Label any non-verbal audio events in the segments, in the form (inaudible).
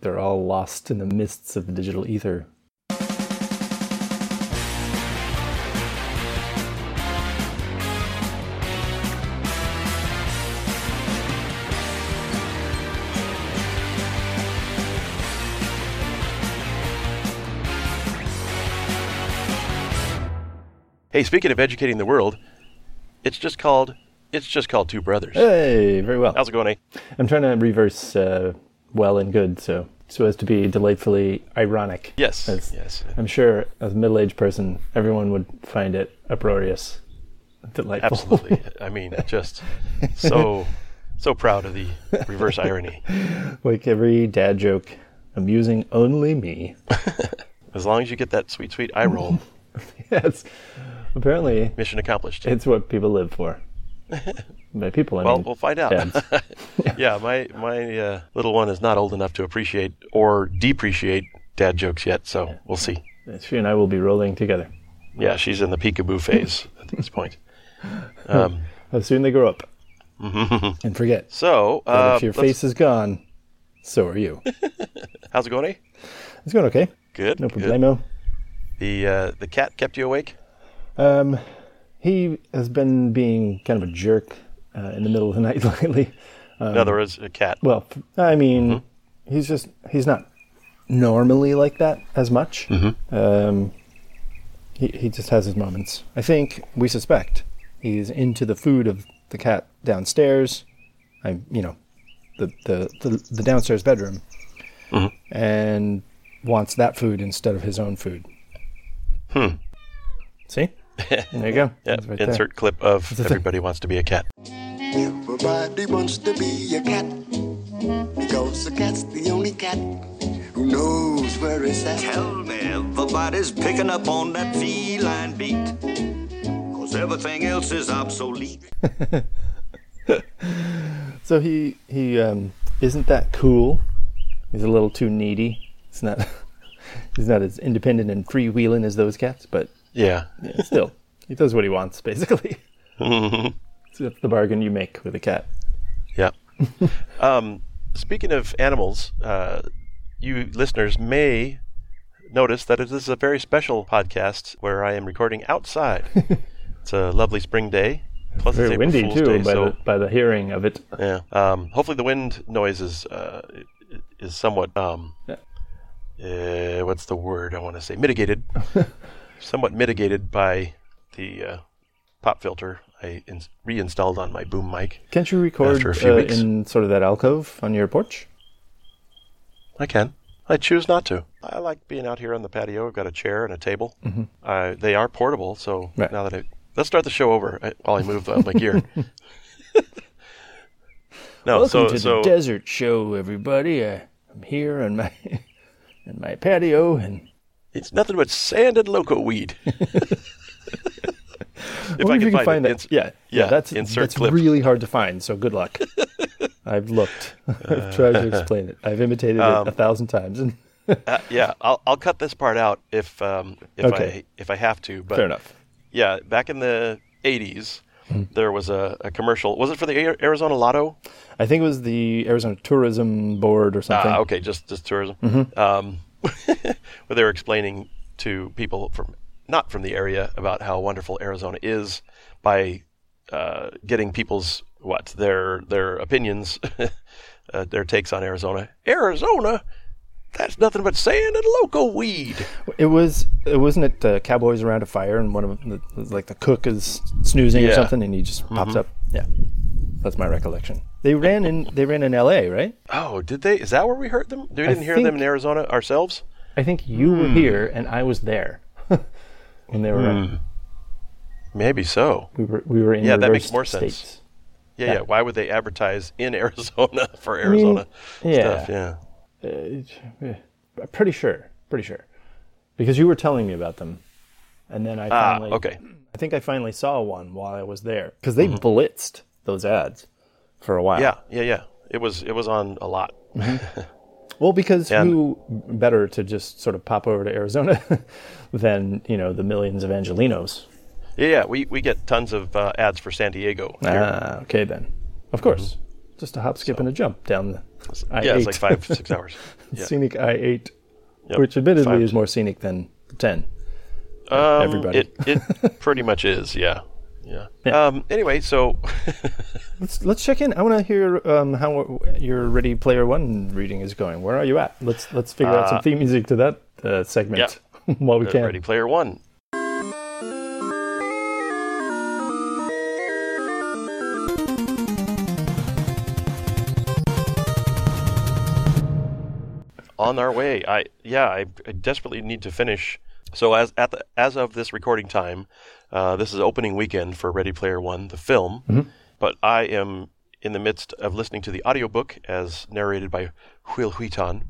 They're all lost in the mists of the digital ether. Hey, speaking of educating the world, it's just called it's just called Two Brothers. Hey, very well. How's it going, eh? I'm trying to reverse uh, well and good, so so as to be delightfully ironic. Yes, That's- yes. I'm sure as a middle-aged person, everyone would find it uproarious, delightful. Absolutely. I mean, just so so proud of the reverse irony. (laughs) like every dad joke, amusing only me. (laughs) As long as you get that sweet, sweet eye roll, That's apparently mission accomplished. it's what people live (laughs) for. By people, I Well, mean we'll find out. dads. (laughs) yeah, my my uh, little one is not old enough to appreciate or depreciate dad jokes yet, so we'll see. she and I will be rolling together. Yeah, she's in the (laughs) peekaboo phase at this point. Um, How soon they grow (laughs) up and forget. So, But uh, if your let's- face is gone, so are (laughs) you. how's it going? eh? It's going okay. Good. No good. problemo. The uh, the cat kept you awake. Um, he has been being kind of a jerk uh, in the middle of the night (laughs) lately. Um, in other words, a cat. Well, f- I mean, he's just he's not normally like that as much. Um, he he just has his moments. I think we suspect he's into the food of the cat downstairs. I you know, the the the, the downstairs bedroom, and wants that food instead of his own food. Hmm. See, there you go. Yeah, It's right there. insert clip of a thing. everybody wants to be a cat. Everybody wants to be a cat because the cat's the only cat who knows where it's at. Tell me everybody's picking up on that feline beat. Cause everything else is obsolete. So he he um, isn't that cool. He's a little too needy. He's not (laughs) he's not as independent and freewheeling as those cats, but Yeah, still, (laughs) he does what he wants basically. Mm-hmm. (laughs) so that's the bargain you make with a cat. (laughs) yeah. um, speaking of animals, uh, you listeners may notice that this is a very special podcast where I am recording (laughs) outside. it's a lovely spring day. Plus, Very it's April windy Fool's too Day, by so the by the hearing of it. Yeah. Um, hopefully, the wind noise is uh, is somewhat um, uh, what's the word I want to (laughs) say mitigated, somewhat mitigated by the uh, pop filter I in- reinstalled on my boom mic. Can't you record After a few uh, weeks. in sort of that alcove on your porch? I can. I choose not to. I like being out here on the patio. I've got a chair and a table. Uh, they are portable, so Mm-hmm. Right. now that I let's start the show over uh, while I move uh, (laughs) my gear. no, Welcome Oh, so to so the desert show, everybody. I, I'm here on my (laughs) on my patio, and It's nothing but sand and (laughs) loco weed. if wonder if you can find, it, that. ins- yeah, yeah, yeah, that's insert that's clip. really hard to find. So good (laughs) luck. I've looked. (laughs) I've tried to explain it. I've imitated um, it a thousand times. And (laughs) Uh, yeah, I'll, I'll cut this part out if um, if Okay. I if I have to. But fair enough. Hmm. yeah, back in the '80s, there was a, a commercial. Was it for the Ar- Arizona Lotto? I think it was the Arizona Tourism Board or something. Ah, okay, just just tourism. Mm-hmm. Um, (laughs) where they were explaining to people from not from the area about how wonderful Arizona is by uh, getting people's what their their opinions, (laughs) uh, their takes on Arizona. Arizona, that's nothing but sand and loco weed. It was. It wasn't it uh, Cowboys around a fire, and one of them, the, like the cook is snoozing or Yeah. Mm-hmm. something, and he just pops up. Yeah, that's my recollection. They ran in. They ran in L.A. Right? Oh, did they? Is that where we heard them? We didn't hear them think- in Arizona ourselves. I think you Hmm. were here and I was there (laughs) when they were. Maybe so. We were. We were in. Hmm. Yeah, that makes reversed more sense. states. Yeah, yeah. Why would they advertise in (laughs) Arizona for mean, Arizona yeah. stuff? Yeah. Uh, I'm pretty sure, pretty sure, because you were telling me about them, and then I Ah, finally, okay. Mm-hmm. I think I finally saw one while I was there because they blitzed those ads for a while. Yeah, yeah, yeah. It was it was on a lot. Well, because And- who better to just sort of pop over to Arizona (laughs) than you know the millions of Angelinos? Yeah, yeah. We we get tons of uh, ads for San Diego. here. Mm-hmm. Ah, okay then. Of course, just a hop, skip, and a jump down the It's- I yeah, it's ate. like five, (laughs) six hours. Yeah. Scenic I eight, Yep. which admittedly Five. is more scenic than ten. Um, everybody. It, it pretty much is, yeah. Yeah. Yeah. Um, anyway, so Let's let's check in. I want to hear um, how your Ready Player One reading is going. Where are you at? Let's let's figure out some theme music to that uh, segment (laughs) while we can. Ready Player One. On our way. I yeah. I, I desperately need to finish. So as at the, as of this recording time, uh, this is opening weekend for Ready Player One, the film. Mm-hmm. But I am in the midst of listening to the audiobook as narrated by Huil Huitan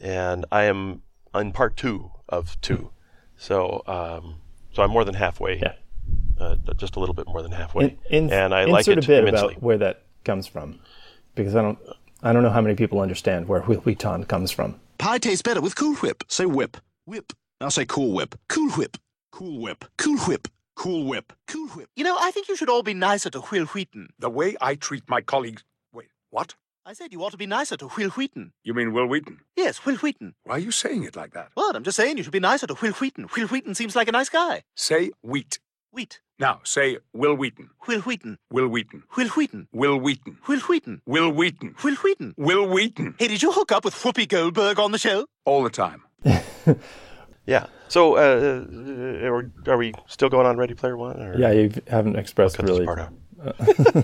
and I am on part two of two. So, um, so I'm more than halfway. Yeah. Uh, just a little bit more than halfway, In, in, and I like insert it a bit immensely. about where that comes from, because I don't I don't know how many people understand where Wheel Wheaton comes from. Pie tastes better with Cool Whip. Say whip. Whip. I'll say Cool Whip. Cool Whip. Cool Whip. Cool Whip. Cool Whip. Cool Whip. You know, I think you should all be nicer to Will Wheaton. The way I treat my colleagues. Wait, what? I said you ought to be nicer to Will Wheaton. You mean Will Wheaton? Yes, Will Wheaton. Why are you saying it like that? What? I'm just saying you should be nicer to Will Wheaton. Will Wheaton seems like a nice guy. Say wheat. Wheat. Now, say Will Wheaton. Will Wheaton. Will Wheaton. Will Wheaton. Will Wheaton. Will Wheaton. Will Wheaton. Will Wheaton. Will Wheaton. Hey, did you hook up with Whoopi Goldberg on the show? All the time. yeah. So, uh, uh, are we- are we still going on Ready Player One? Or Yeah, you haven't expressed cut really. this part out. (laughs)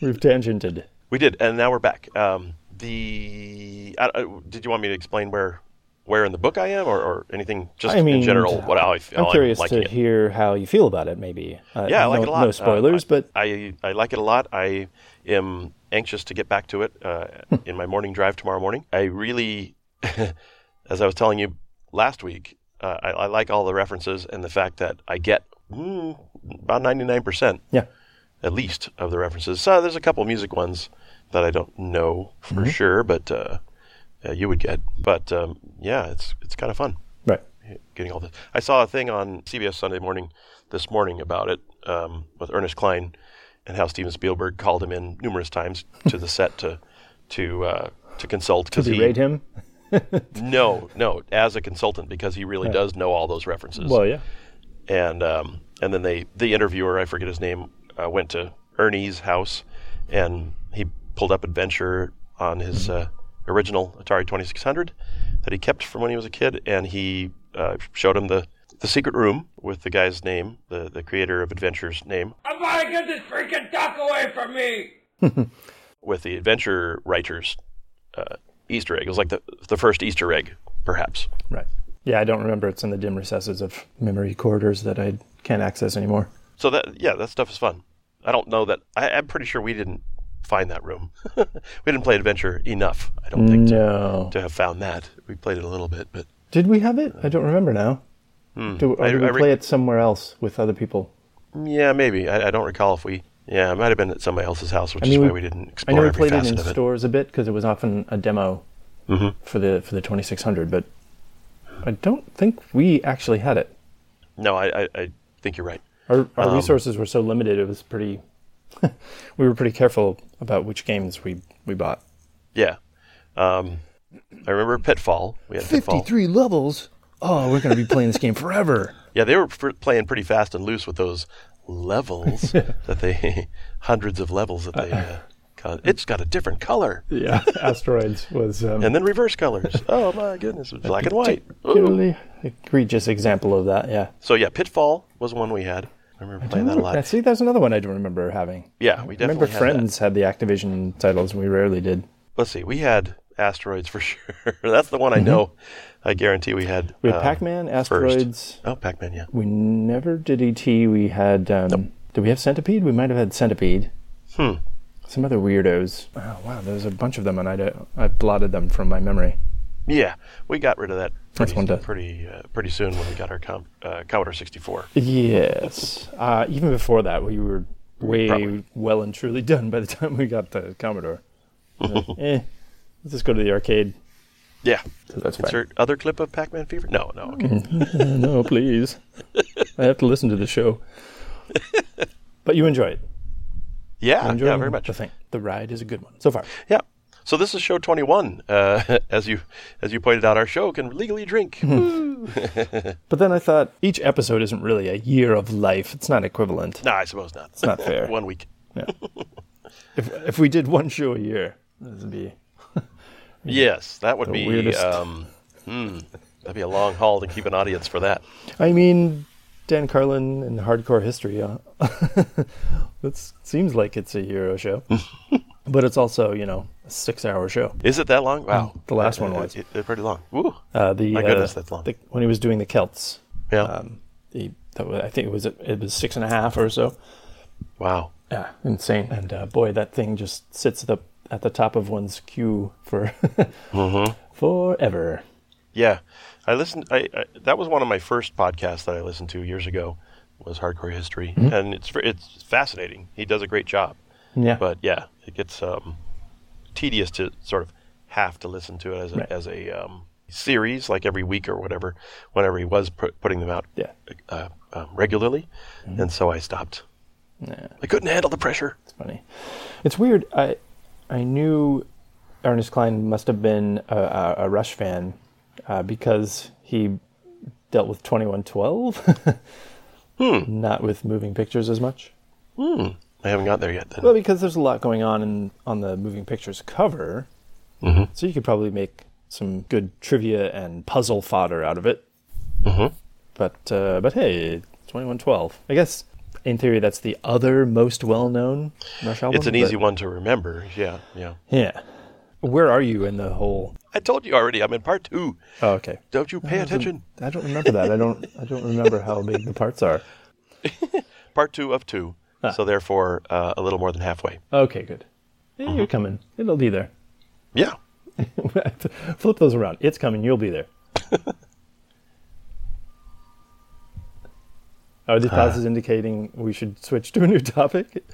We've tangented. We did, and now we're back. Um, the I, I, did you want me to explain where where in the book I am, or, or anything just I mean, in general? What how I, how I'm curious liking to it? hear how you feel about it. Maybe. Uh, yeah, I no, like it a lot. No spoilers, Uh, I- but I, I like it a lot. I am anxious to get back to it uh, in my morning drive tomorrow morning. I really, (laughs) as I was telling you last week, uh, I, I like all the references and the fact that I get mm, about ninety nine percent yeah, at least of the references. So there's a couple music ones that I don't know for sure, but uh, uh, you would get. But um, yeah, it's it's kind of fun right. getting all this. I saw a thing on CBS Sunday Morning this morning about it um, with Ernest Klein and how Steven Spielberg called him in numerous times to the set to to uh, to consult because he Berate him. no no as a consultant because he really does know all those references Well, yeah. and um, and then they the interviewer I forget his name uh, went to Ernie's house and he pulled up Adventure on his uh, original Atari 2600 that he kept from when he was a kid and he uh, showed him the the secret room with the guy's name the the creator of Adventure's name I'm gonna get this freaking duck away from me! with the Adventure writers uh, Easter egg it was like the the first Easter egg perhaps Right. Yeah, I don't remember. It's in the dim recesses of memory corridors that I can't access anymore. So that yeah, that stuff is fun. I don't know that I, I'm pretty sure we didn't find that room. (laughs) we didn't play adventure enough. I don't think to, No. to have found that. We played it a little bit, but Did we have it? I don't remember now. Do, or Hmm. I- did we I re- play it somewhere else with other people? yeah, maybe. I, I don't recall if we. Yeah, it might have been at somebody else's house, which I mean, is we- why we didn't I explore know we every played it facet in of it. Mm-hmm. stores a bit because it was often a demo for the for the 2600, but I don't think we actually had it. No, I, I, I think you're right. Our, Um. our resources were so limited; it was pretty. (laughs) we were pretty careful about which games we we bought. Yeah, um, I remember Pitfall. We had Pitfall. levels. Oh, we're going to be playing this game forever. Yeah, they were fr- playing pretty fast and loose with those (laughs) levels that they (laughs) hundreds of levels that they. Uh, con- it's got a different color. Yeah, (laughs) asteroids was um, and then reverse (laughs) colors. oh my goodness, it's black and white. Ooh. particularly egregious example of that. Yeah. So yeah, Pitfall was one we had. I remember playing that a Now, lot. see, Oh, that's another one I don't remember having. Yeah, we I remember definitely had that. Friends had the Activision titles, and we rarely did. Let's see, we had asteroids for (laughs) sure. That's the one I know. I guarantee we had. Mm-hmm. We had um, Pac-Man, first. Asteroids. Oh, Pac-Man, yeah. We never did ET. We had. Um, Did we have Centipede? We might have had Centipede. Hmm. Some other weirdos. Oh, wow, there's a bunch of them, and I, don't- I blotted them from my memory. Yeah, we got rid of that. That's Pretty, one to- pretty, uh, pretty soon when we got our com- uh, Commodore 64. Yes. uh, even before that, we were way Probably. well and truly done by the time we got the (laughs) Commodore. So, eh, let's just go to the arcade. Yeah. That's fine. Insert other clip of Pac-Man Fever. No, no. Mm-hmm. Okay. No, please. I have to listen to the (laughs) show. but you enjoy it. Yeah, Enjoy Uh, yeah, very much. The thing. The ride is a good one so far. Yeah. So this is show 21. Uh, (laughs) as you as you pointed out, our show can legally drink. Mm-hmm. Woo. But then I thought each episode isn't really a year of life. It's not equivalent. nah, I suppose not. It's (laughs) not fair. One week. If if we did one show a year, this would be Yes, that would The be. weirdest. Um, hmm, that'd be a long haul to keep an audience for that. I mean, Dan Carlin and hardcore history. Uh, (laughs) that seems like it's a Euro (laughs) show, but it's also you know a six-hour show. Is it that long? Wow, Mm, The last one Uh, was. it- it's pretty long. Woo. Uh, the My goodness, uh, that's long. the- when he was doing the Celts, yeah. um, the that was, I think it was it was six and a half or so. wow. Yeah, insane. And uh, boy, that thing just sits at the at the top of one's queue for (laughs) Mm-hmm. forever. Yeah, I listened. I, I that was one of my first podcasts that I listened to years ago was Hardcore History, Mm-hmm. and it's fr- it's fascinating. He does a great job, Yeah, (laughs) but yeah, it gets um, tedious to sort of have to listen to it as a, Right. as a um, series, like every week or whatever, whenever he was pu- putting them out Yeah. Mm-hmm. uh, um, regularly, and so I stopped. I couldn't handle the pressure. funny. It's weird. I I knew Ernest Klein must have been a, a, a Rush fan uh, because he dealt with Twenty One Twelve, (laughs) Hmm. not with moving pictures as much. I haven't got there yet. Then. Well, because there's a lot going on in on the moving pictures cover, Mm-hmm. so you could probably make some good trivia and puzzle fodder out of it. Mm-hmm. But uh, but hey, Twenty One Twelve. I guess in theory that's the other most well known Rush album. it's an easy but- one to remember. Yeah, yeah. Yeah. Where are you in the whole? I told you already. I'm in part two. Oh, okay. Don't you pay attention? I don't remember that. I don't. I don't remember how big the parts are. part two of two. So therefore, uh, a little more than halfway. Okay, good. Yeah, You're coming. It'll be there. (laughs) Yeah. Flip those around. It's coming. You'll (laughs) be there. Are the pauses indicating we should switch to a new topic?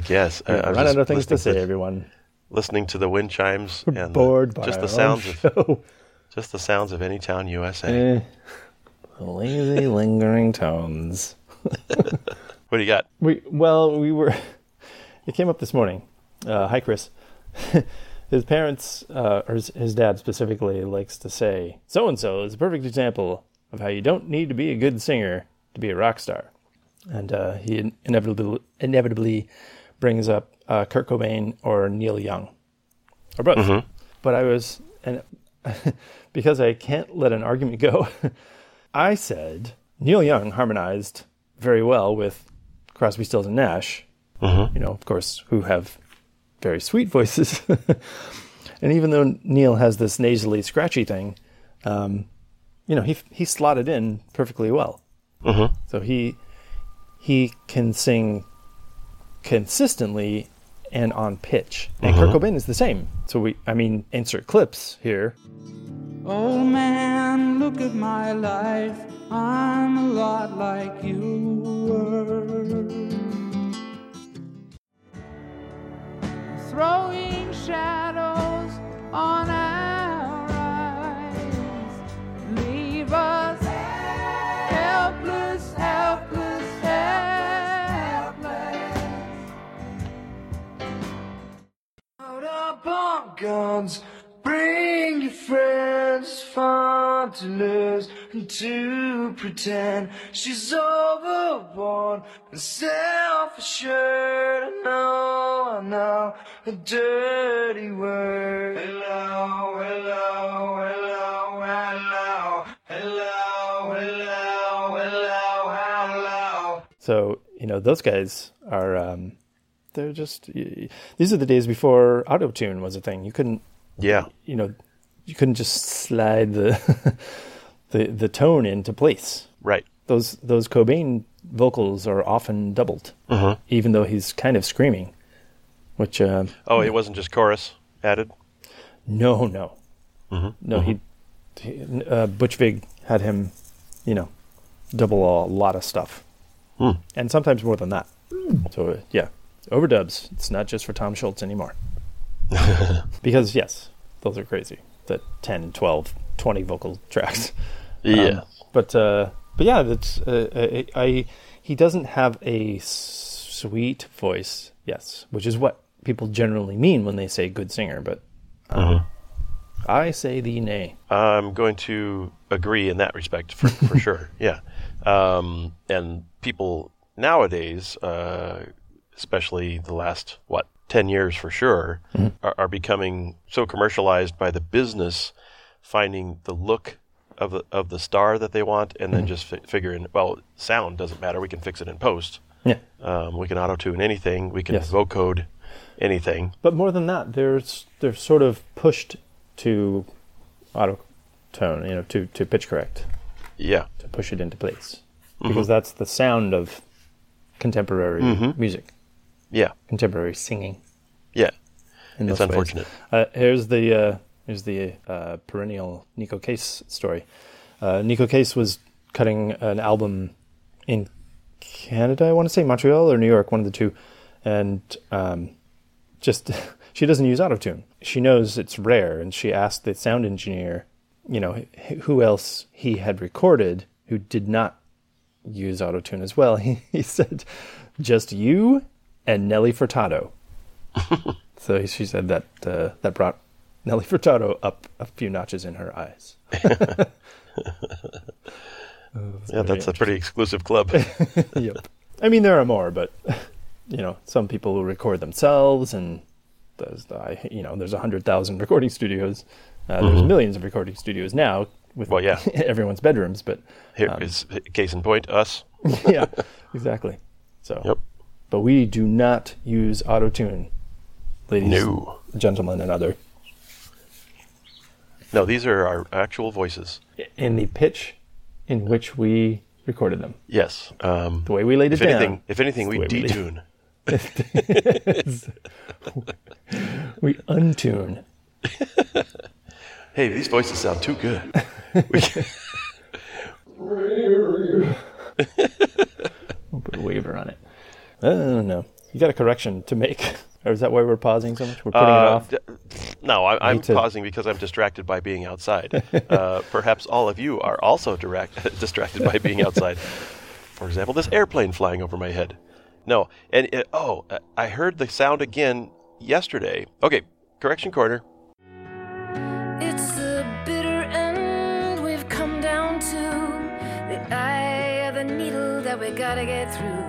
(laughs) guess. I, I was Run out just of things to say, listening everyone. Listening to the wind chimes and the- Bored by just our the own sounds of (laughs) show. just the sounds of any town USA. Eh. Lazy, lingering tones. What do you got? We well, we were. (laughs) It came up this morning. Uh, hi, Chris. (laughs) his parents, uh, or his, his dad specifically, likes to say, "So and so is a perfect example of how you don't need to be a good singer to be a rock star." And uh, he in- inevitably inevitably brings up uh, Kurt Cobain or Neil Young, or both. But I was, and (laughs) because I can't let an argument go, (laughs) I said Neil Young harmonized very well with Crosby, Stills, and Nash, you know, of course, who have very sweet voices. (laughs) and even though Neil has this nasally, scratchy thing, um, you know, he he slotted in perfectly well. So he he can sing consistently and on pitch. And Kurt Cobain is the same. So we, I mean, insert clips here. Oh man, look at my life. I'm a lot like you were. Throwing shadows on our eyes. Leave us helpless, helpless, helpless. Load up on guns, bring your friends, fun to lose and to pretend she's overborn and self-assured. I know, I know a dirty word. Hello, hello, hello, hello, hello, hello, hello, hello. So you know those guys are um, they're just y- these are the days before auto tune was a thing. You couldn't Yeah. you know you couldn't just slide the (laughs) the the tone into place. Right. Those those Cobain vocals are often doubled, even though he's kind of screaming. Which uh, Oh, it wasn't just chorus added. no no no he, he uh, Butch Vig had him you know double a lot of stuff, and sometimes more than that. So uh, yeah, overdubs. It's not just for Tom Schultz anymore. because yes, those are crazy. The 10, 12, 20 vocal tracks. Um, but uh, but yeah, that's uh, I, I. He doesn't have a s- sweet voice. Yes, which is what people generally mean when they say good singer. But uh, I say thee nay. Um, I'm going to agree in that respect for, for sure. Yeah. Um, and people nowadays, uh, especially the last, what, 10 years for sure, are, are becoming so commercialized by the business finding the look of the, of the star that they want and then just fi- figuring, well, sound doesn't matter. We can fix it in post. Yeah. Um, we can auto tune anything, we can Yes. vocode anything. But more than that, there's they're sort of pushed to auto tone, you know, to, to pitch correct, Yeah. to push it into place. Because that's the sound of contemporary music, Yeah. contemporary singing. Yeah. in It's those ways. unfortunate. Uh, here's the uh, here's the uh, perennial Nico Case story. Uh, Nico Case was cutting an album in Canada, I want to say Montreal or New York, one of the two, and um, just (laughs) she doesn't use autotune. She knows it's rare, and she asked the sound engineer, you know, h- who else he had recorded who did not use autotune as well. (laughs) He, he said, just you and Nelly Furtado. So he- she said that uh, that brought Nelly Furtado up a few notches in her (laughs) eyes. Yeah, that's a pretty exclusive club. Yep. I mean, there are more, but you know, some people will record themselves, and there's I, you know, there's hundred thousand recording studios. Uh, There's millions of recording studios now with Mm-hmm. Well, yeah. (laughs) everyone's bedrooms, but (laughs) (laughs) Here Um, is case in point, us. yeah, exactly. So, Yep. but we do not use auto tune, ladies, No. gentlemen, and other No, these are our actual voices. in the pitch in which we recorded them. Yes. Um, The way we laid it if down. anything, if anything, we That's the way we did. detune. We untune. Hey, these voices sound too good. We- We'll put a waiver on it. I don't know. You got a correction to make. (laughs) Or is that why we're pausing so much? We're putting it uh, off? d- no, I, I'm Me too. pausing because I'm distracted by being (laughs) outside. uh, perhaps all of you are also direct, (laughs) distracted by being outside. For example, this airplane flying over my head. No, and it, oh, uh, I heard the sound again yesterday. Okay, correction corner. It's the bitter end we've come down to. The eye of a needle that we gotta get through.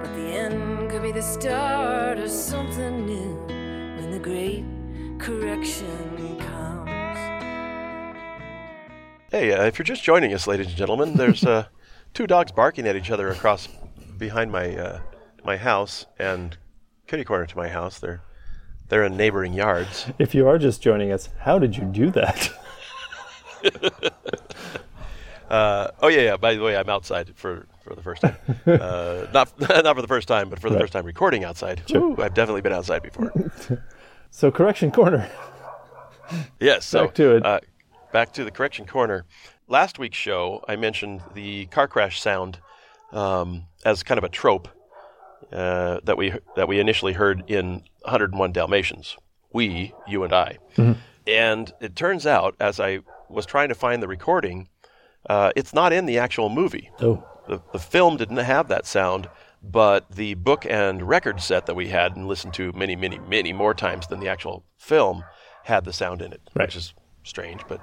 But the end could be the start of something new when the great correction comes. Hey, uh, if you're just joining us, ladies and gentlemen, there's (laughs) uh, two dogs barking at each other across behind my uh, my house and kitty corner to my house. They're they're in neighboring yards. If you are just joining us, how did you do that? (laughs) Uh, oh yeah, yeah. By the way, I'm outside for, for the (laughs) first time. Uh, not (laughs) not for the first time, but for the first time recording outside. Ooh, I've definitely been outside before. (laughs) so, correction corner. Yes. So, Back to it. Uh, back to the correction corner. Last week's show, I mentioned the car crash sound um, as kind of a trope uh, that we that we initially heard in 101 Dalmatians. We, you and I, Mm-hmm. and it turns out as I was trying to find the recording, uh, it's not in the actual movie. Oh, The, the film didn't have that sound, but the book and record set that we had and listened to many, many, many more times than the actual film had the sound in it, Right. which is strange, but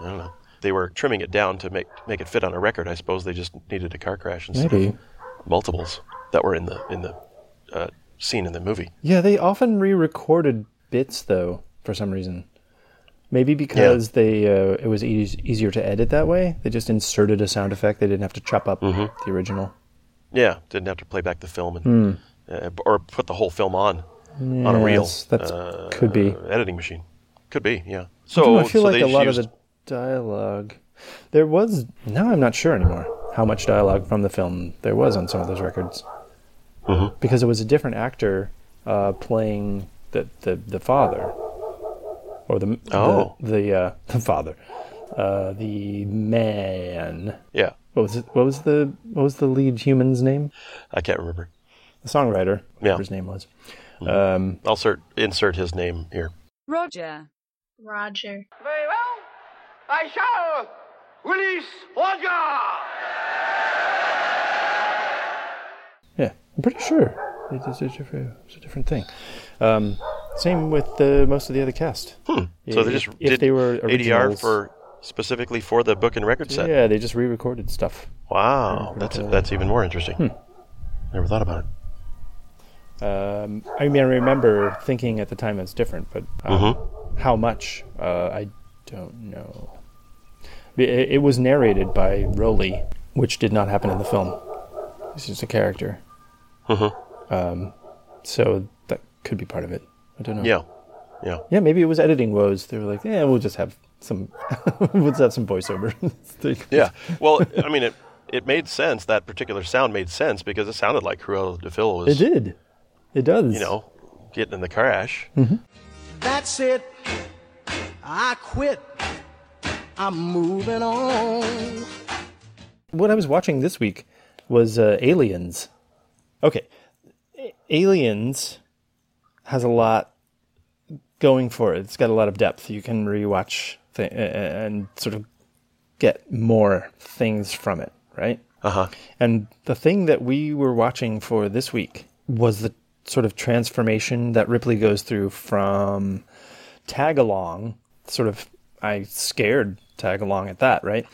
I don't know. They were trimming it down to make make it fit on a record. I suppose they just needed a car crash and maybe. multiples that were in the in the uh, scene in the movie. Yeah, they often re recorded bits, though, for some reason. Maybe because they uh, it was eas easier to edit that way. They just inserted a sound effect. They didn't have to chop up Mm-hmm. the original. Yeah, didn't have to play back the film and uh, or put the whole film on on a reel. Hmm. Yes, that's- could be. uh, editing machine. Could be, yeah. I don't So know, I feel so like they a lot used- of the dialogue. There was. Now I'm not sure anymore how much dialogue from the film there was on some of those records. Mm-hmm. Because it was a different actor uh, playing the, the, the father. Or the. Oh. The, the, uh, (laughs) the father. Uh, the man. yeah. What was it? What was the what was the lead human's name? I can't remember. The songwriter. Yeah. whatever His name was. Um, I'll cert- insert his name here. Roger. Roger. Very well. I shall release Roger! yeah, I'm pretty sure it's, it's, a different- it's a different thing. Um, Same with uh, most of the other cast. Hmm. So they If- just if did they were ADR originals. for specifically for the book and record set. Yeah, they just re-recorded stuff. Wow, that's that's even more interesting. Hmm. Never thought about it. Um, I mean, I remember thinking at the time it's different, but um, Mm-hmm. how much uh, I don't know. It, it was narrated by Rowley, which did not happen in the film. He's just a character. Mm-hmm. Um, so that could be part of it. I don't know. Yeah, yeah. Yeah, maybe it was editing woes. They were like, yeah, we'll just have some, (laughs) we'll just have some voiceover. (laughs) Yeah. Well, I mean, it it made sense. That particular sound made sense because it sounded like Cruella de Vil It was, did. It does. you know, getting in the crash. Hmm. That's it. I quit. I'm moving on. what I was watching this week was uh, Aliens. Okay, A- Aliens has a lot going for it. It's got a lot of depth. You can rewatch th- and sort of get more things from it, right? Uh huh. And the thing that we were watching for this week was the sort of transformation that Ripley goes through from tag along, sort of, I scared tag along at that, right?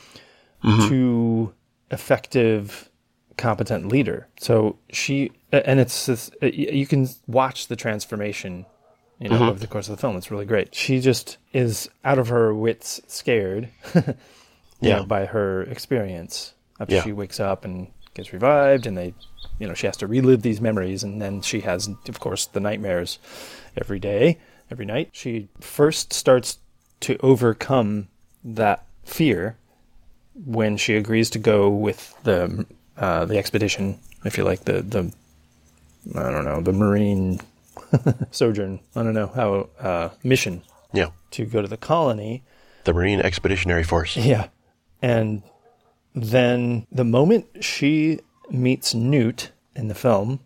Mm-hmm. To effective, competent leader. So she, a- and it's this, y- you can watch the transformation. You Mm-hmm. know, over the course of the film, it's really great. She just is out of her wits, scared, (laughs) yeah. Yeah. by her experience after Yeah. she wakes up and gets revived and they you know she has to relive these memories and then she has of course the nightmares every day every night she first starts to overcome that fear when she agrees to go with the uh, the expedition if you like the the I don't know the marine (laughs) sojourn I don't know how uh, mission Yeah. to go to the colony The Marine Expeditionary Force. yeah. And then the moment she meets Newt in the film,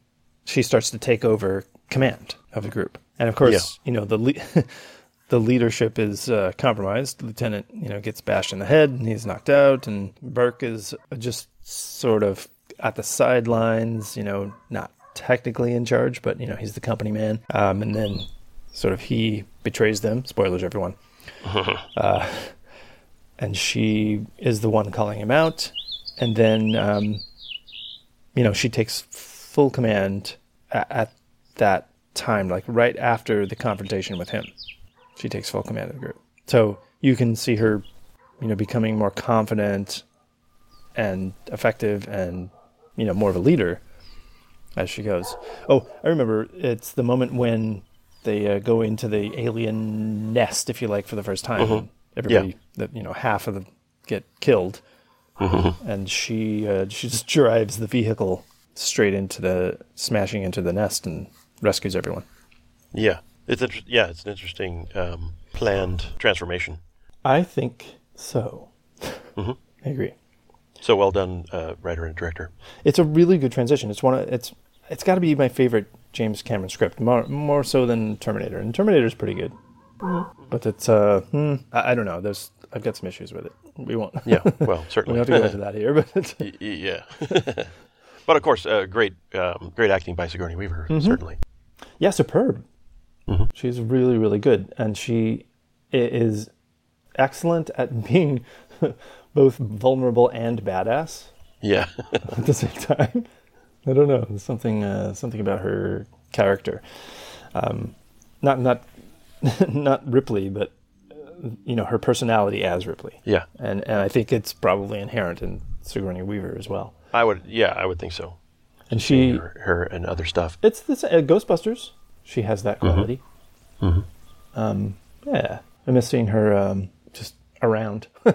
she starts to take over command of the group. And of course, you know, the le- (laughs) the leadership is uh, compromised. Lieutenant, you know, gets bashed in the head and he's knocked out and Burke is just sort of at the sidelines, you know, not technically in charge, but you know, he's the company man. Um, and then sort of he betrays them. Spoilers everyone and she is the one calling him out. And then, um, you know, she takes full command at, at that time, like right after the confrontation with him. She takes full command of the group. So you can see her, you know, becoming more confident and effective and, you know, more of a leader as she goes. Oh, I remember it's the moment when they uh, go into the alien nest, if you like, for the first time. Everybody, that you know, half of them get killed, and she uh, she just drives the vehicle straight into the smashing into the nest and rescues everyone. Yeah. It's inter- yeah. It's an interesting um, planned transformation. I think so. Mm-hmm. I agree. So well done, uh, writer and director. It's a really good transition. It's one. Of, it's it's got to be my favorite James Cameron script, more more so than Terminator. And Terminator's pretty good, but it's uh, hmm, I, I don't know. There's I've got some issues with it. We won't. (laughs) Yeah. Well, we certainly. don't have to go into that here, but (laughs) it's, Y- y- yeah. (laughs) but of course, uh, great, um, great acting by Sigourney Weaver. Mm-hmm. Certainly. yeah, superb. Mm-hmm. She's really really good, and she i- is excellent at being (laughs) both vulnerable and badass Yeah. (laughs) at the same time. I don't know. There's something uh, something about her character. Um, not (laughs) not not Ripley, but uh, you know her personality as Ripley. yeah. And and I think it's probably inherent in Sigourney Weaver as well. I would. Yeah, I would think so. And she, Her, her and other stuff. it's this uh, Ghostbusters. She has that quality. Um, yeah, I miss seeing her um, just around. (laughs)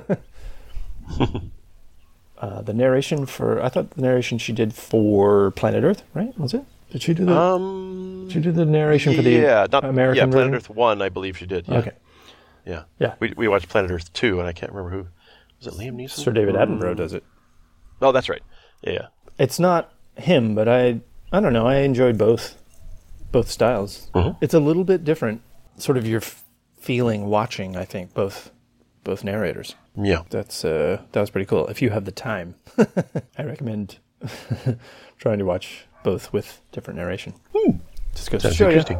uh, the narration for I thought the narration she did for Planet Earth, right? Was it? Did she do the? Um. Did you do the narration for the yeah, not American yeah, Planet version? Earth One, I believe she did. Yeah. Okay. Yeah. Yeah. We we watched Planet Earth Two, and I can't remember who was it. Liam Neeson. Sir David Attenborough does it. Oh, that's right. Yeah. It's not him, but I I don't know. I enjoyed both both styles. Mm-hmm. It's a little bit different, sort of your f- feeling watching. I think both both narrators. Yeah. That's uh, that was pretty cool. If you have the time, (laughs) I recommend (laughs) trying to watch both with different narration. Just goes to That's show you. interesting.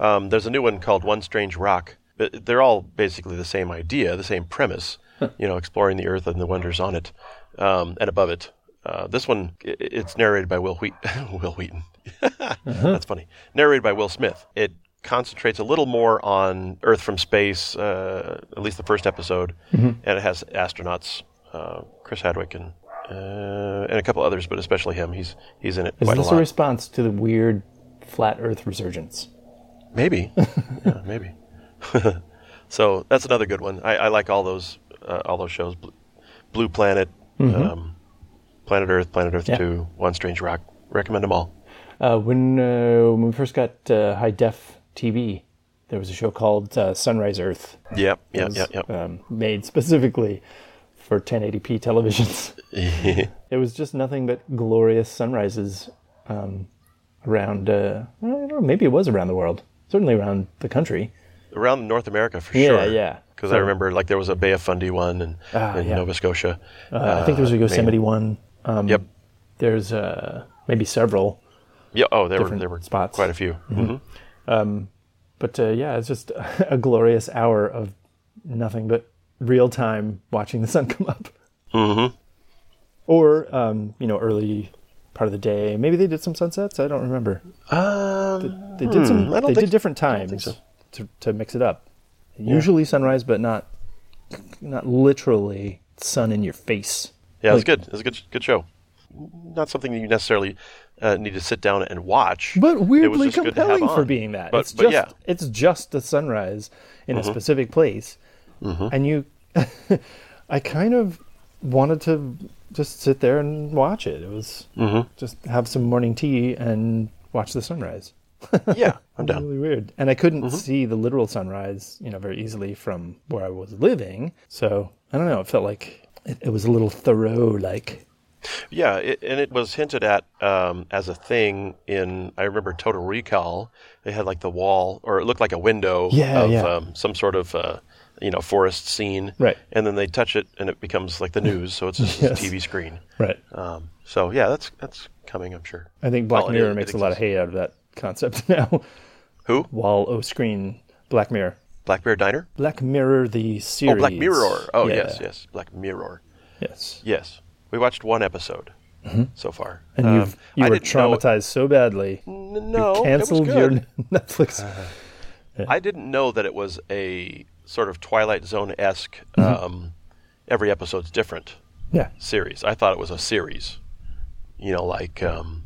Um, there's a new one called One Strange Rock. But They're all basically the same idea, the same premise, you know, exploring the Earth and the wonders on it um, and above it. Uh, this one, i- i- it's narrated by Will Wheat- (laughs) Will Wheaton. Uh-huh. That's funny. Narrated by Will Smith. It concentrates a little more on Earth from space, uh, at least the first episode, Mm-hmm. and it has astronauts, uh, Chris Hadwick and uh, and a couple others, but especially him. He's he's in it Is quite this a a, lot. response to the weird flat Earth resurgence? (laughs) Maybe, yeah, maybe. (laughs) so that's another good one. I, I like all those uh, all those shows. Blue, Blue Planet, um, Planet Earth, Planet Earth Mm-hmm. Yeah. Two, One Strange Rock. Recommend them all. Uh, when uh, when we first got uh, high def TV, there was a show called uh, Sunrise Earth, Yep, yep, was, yep, yep. um, made specifically for 1080p (laughs) televisions. it was just nothing but glorious sunrises um, around. Uh, I don't know, maybe it was around the world, certainly around the country. Around North America for Yeah, sure. yeah. Because I So- Ah, remember like there was a Bay of Fundy one and in yeah. Nova Scotia. Uh, I think there was a Yosemite one. Um, Yep. There's uh, maybe several. Yeah. Oh, there were different there were spots. Mm-hmm. quite a few. hmm but uh, yeah, it's just (laughs) a glorious hour of nothing but real time watching the sun (laughs) come up. Mm-hmm. Or um, you know, early part of the day. Maybe they did some sunsets. I don't remember. Um, They did some. I don't They think- did different don't think times so. to to mix it up. Usually sunrise, but not not literally sun in your face. yeah, it was like- good. It was a good good show. Not something that you necessarily uh, need to sit down and watch. It But was weirdly just good to have compelling for on. being that. But, it's but just yeah, Mm-hmm. it's just a sunrise in a specific place, and you. (laughs) I kind of wanted to just sit there and watch it. It was Mm-hmm. just have some morning tea and watch the sunrise. (laughs) (laughs) yeah, I'm down. Mm-hmm. Really weird, and I couldn't see the literal sunrise, you know, very easily from where I was living. So I don't know. It felt like it, it was a little thorough, like Yeah, it, and it was hinted at um, as a thing in. I remember Total Recall. They had like the wall, or it looked like a window Yeah, of yeah. Um, some sort of uh, you know forest scene. Right. And then they touch it, and it becomes like the news. So it's (laughs) just Yes. a TV screen. right. Um, so yeah, that's that's coming, I'm sure. I think Black Well, Oh, it- Mirror it makes a lot of exists. hay out of that concept (laughs) now. Who? wall o oh, screen black mirror Black Bear Diner? black mirror the series Oh, Black Mirror. Oh Yeah. yes, yes, Black Mirror. yes Yes, we watched one episode so far. Mm-hmm. and Um, you've, you I were didn't know- traumatized so badly N- no, you it was canceled your (laughs) good. netflix I didn't know that it was a sort of Twilight Zone esque. Um, every episode's different yeah series. I thought it was a series, you know, like um,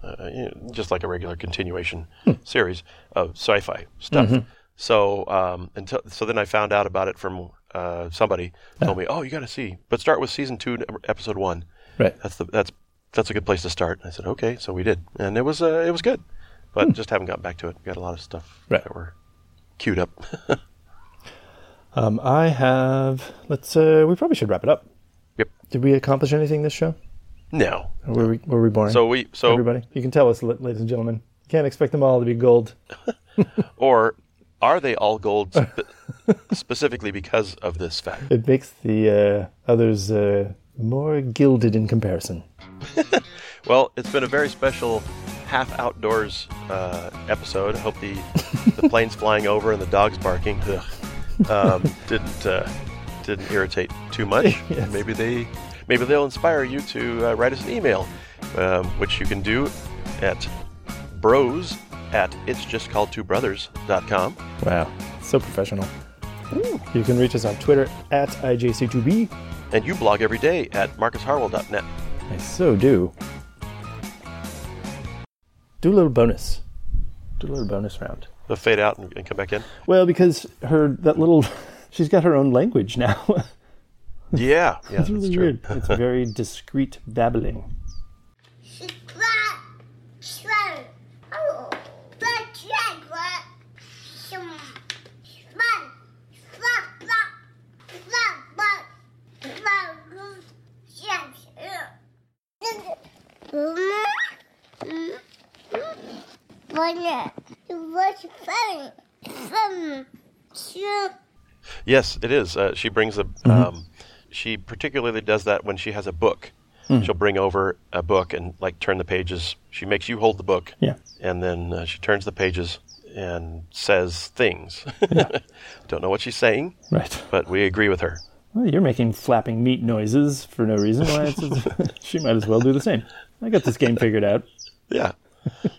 uh, you know, just like a regular continuation series of sci-fi stuff. So um, until so then I found out about it from uh, somebody told me, oh, you got to see, but start with season two, number- episode one. right That's the that's that's a good place to start. I said, okay, so we did, and it was uh, it was good, but just haven't gotten back to it. We got a lot of stuff Hmm. Right. that were queued up. (laughs) um, i have let's uh, we probably should wrap it up Yep. did we accomplish anything this show no, or were we were we boring so we so everybody you can tell us la- ladies and gentlemen you can't expect them all to be gold or are they all (laughs) gold spe- specifically because of this fact? it makes the uh, others uh, more gilded in comparison Well, it's been a very special half outdoors uh, episode. I hope the (laughs) the planes flying over and the dogs barking ugh, um, didn't uh, didn't irritate too much. (laughs) Yes. Maybe they maybe they'll inspire you to uh, write us an email, um, which you can do at bros at it's just called two brothers.com. Wow, so professional. You can reach us on Twitter at IJC2B. And you blog every day at marcusharwell.net. I so do. Do a little bonus. Do a little bonus round. The fade out and, and (laughs) come back in. Well, because her that little, (laughs) she's got her own language now. (laughs) Yeah, yeah, it's really that's true. weird. It's (laughs) very discreet babbling. Oh, What's funny? From two Yes, it is. Uh, she brings a. Um, she particularly does that when she has a book. She'll bring over a book and like turn the pages. She makes you hold the book. Yeah. And then uh, she turns the pages and says things. (laughs) Don't know what she's saying, Right. but we agree with her. Well, you're making flapping meat noises for no reason. Why it's, it's- (laughs) she might as well do the same. I got this game figured out. Yeah.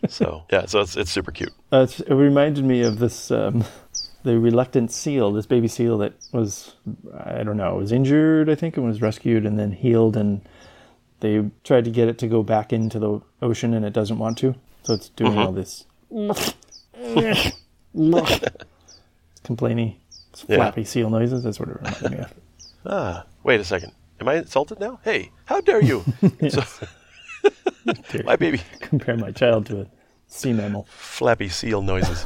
so yeah, so it's it's super cute. Uh, it's, it reminded me of this um, (laughs) the reluctant seal, this baby seal that was I don't know, was injured I think and was rescued and then healed and they tried to get it to go back into the ocean and it doesn't want to. So it's doing Mhm. all this complaining Yeah. flappy seal noises. That's what it reminded me of. (laughs) Ah, wait a second. Am I insulted now? Hey, how dare you? So- (laughs) my baby Compare my child to a sea mammal. flappy seal noises.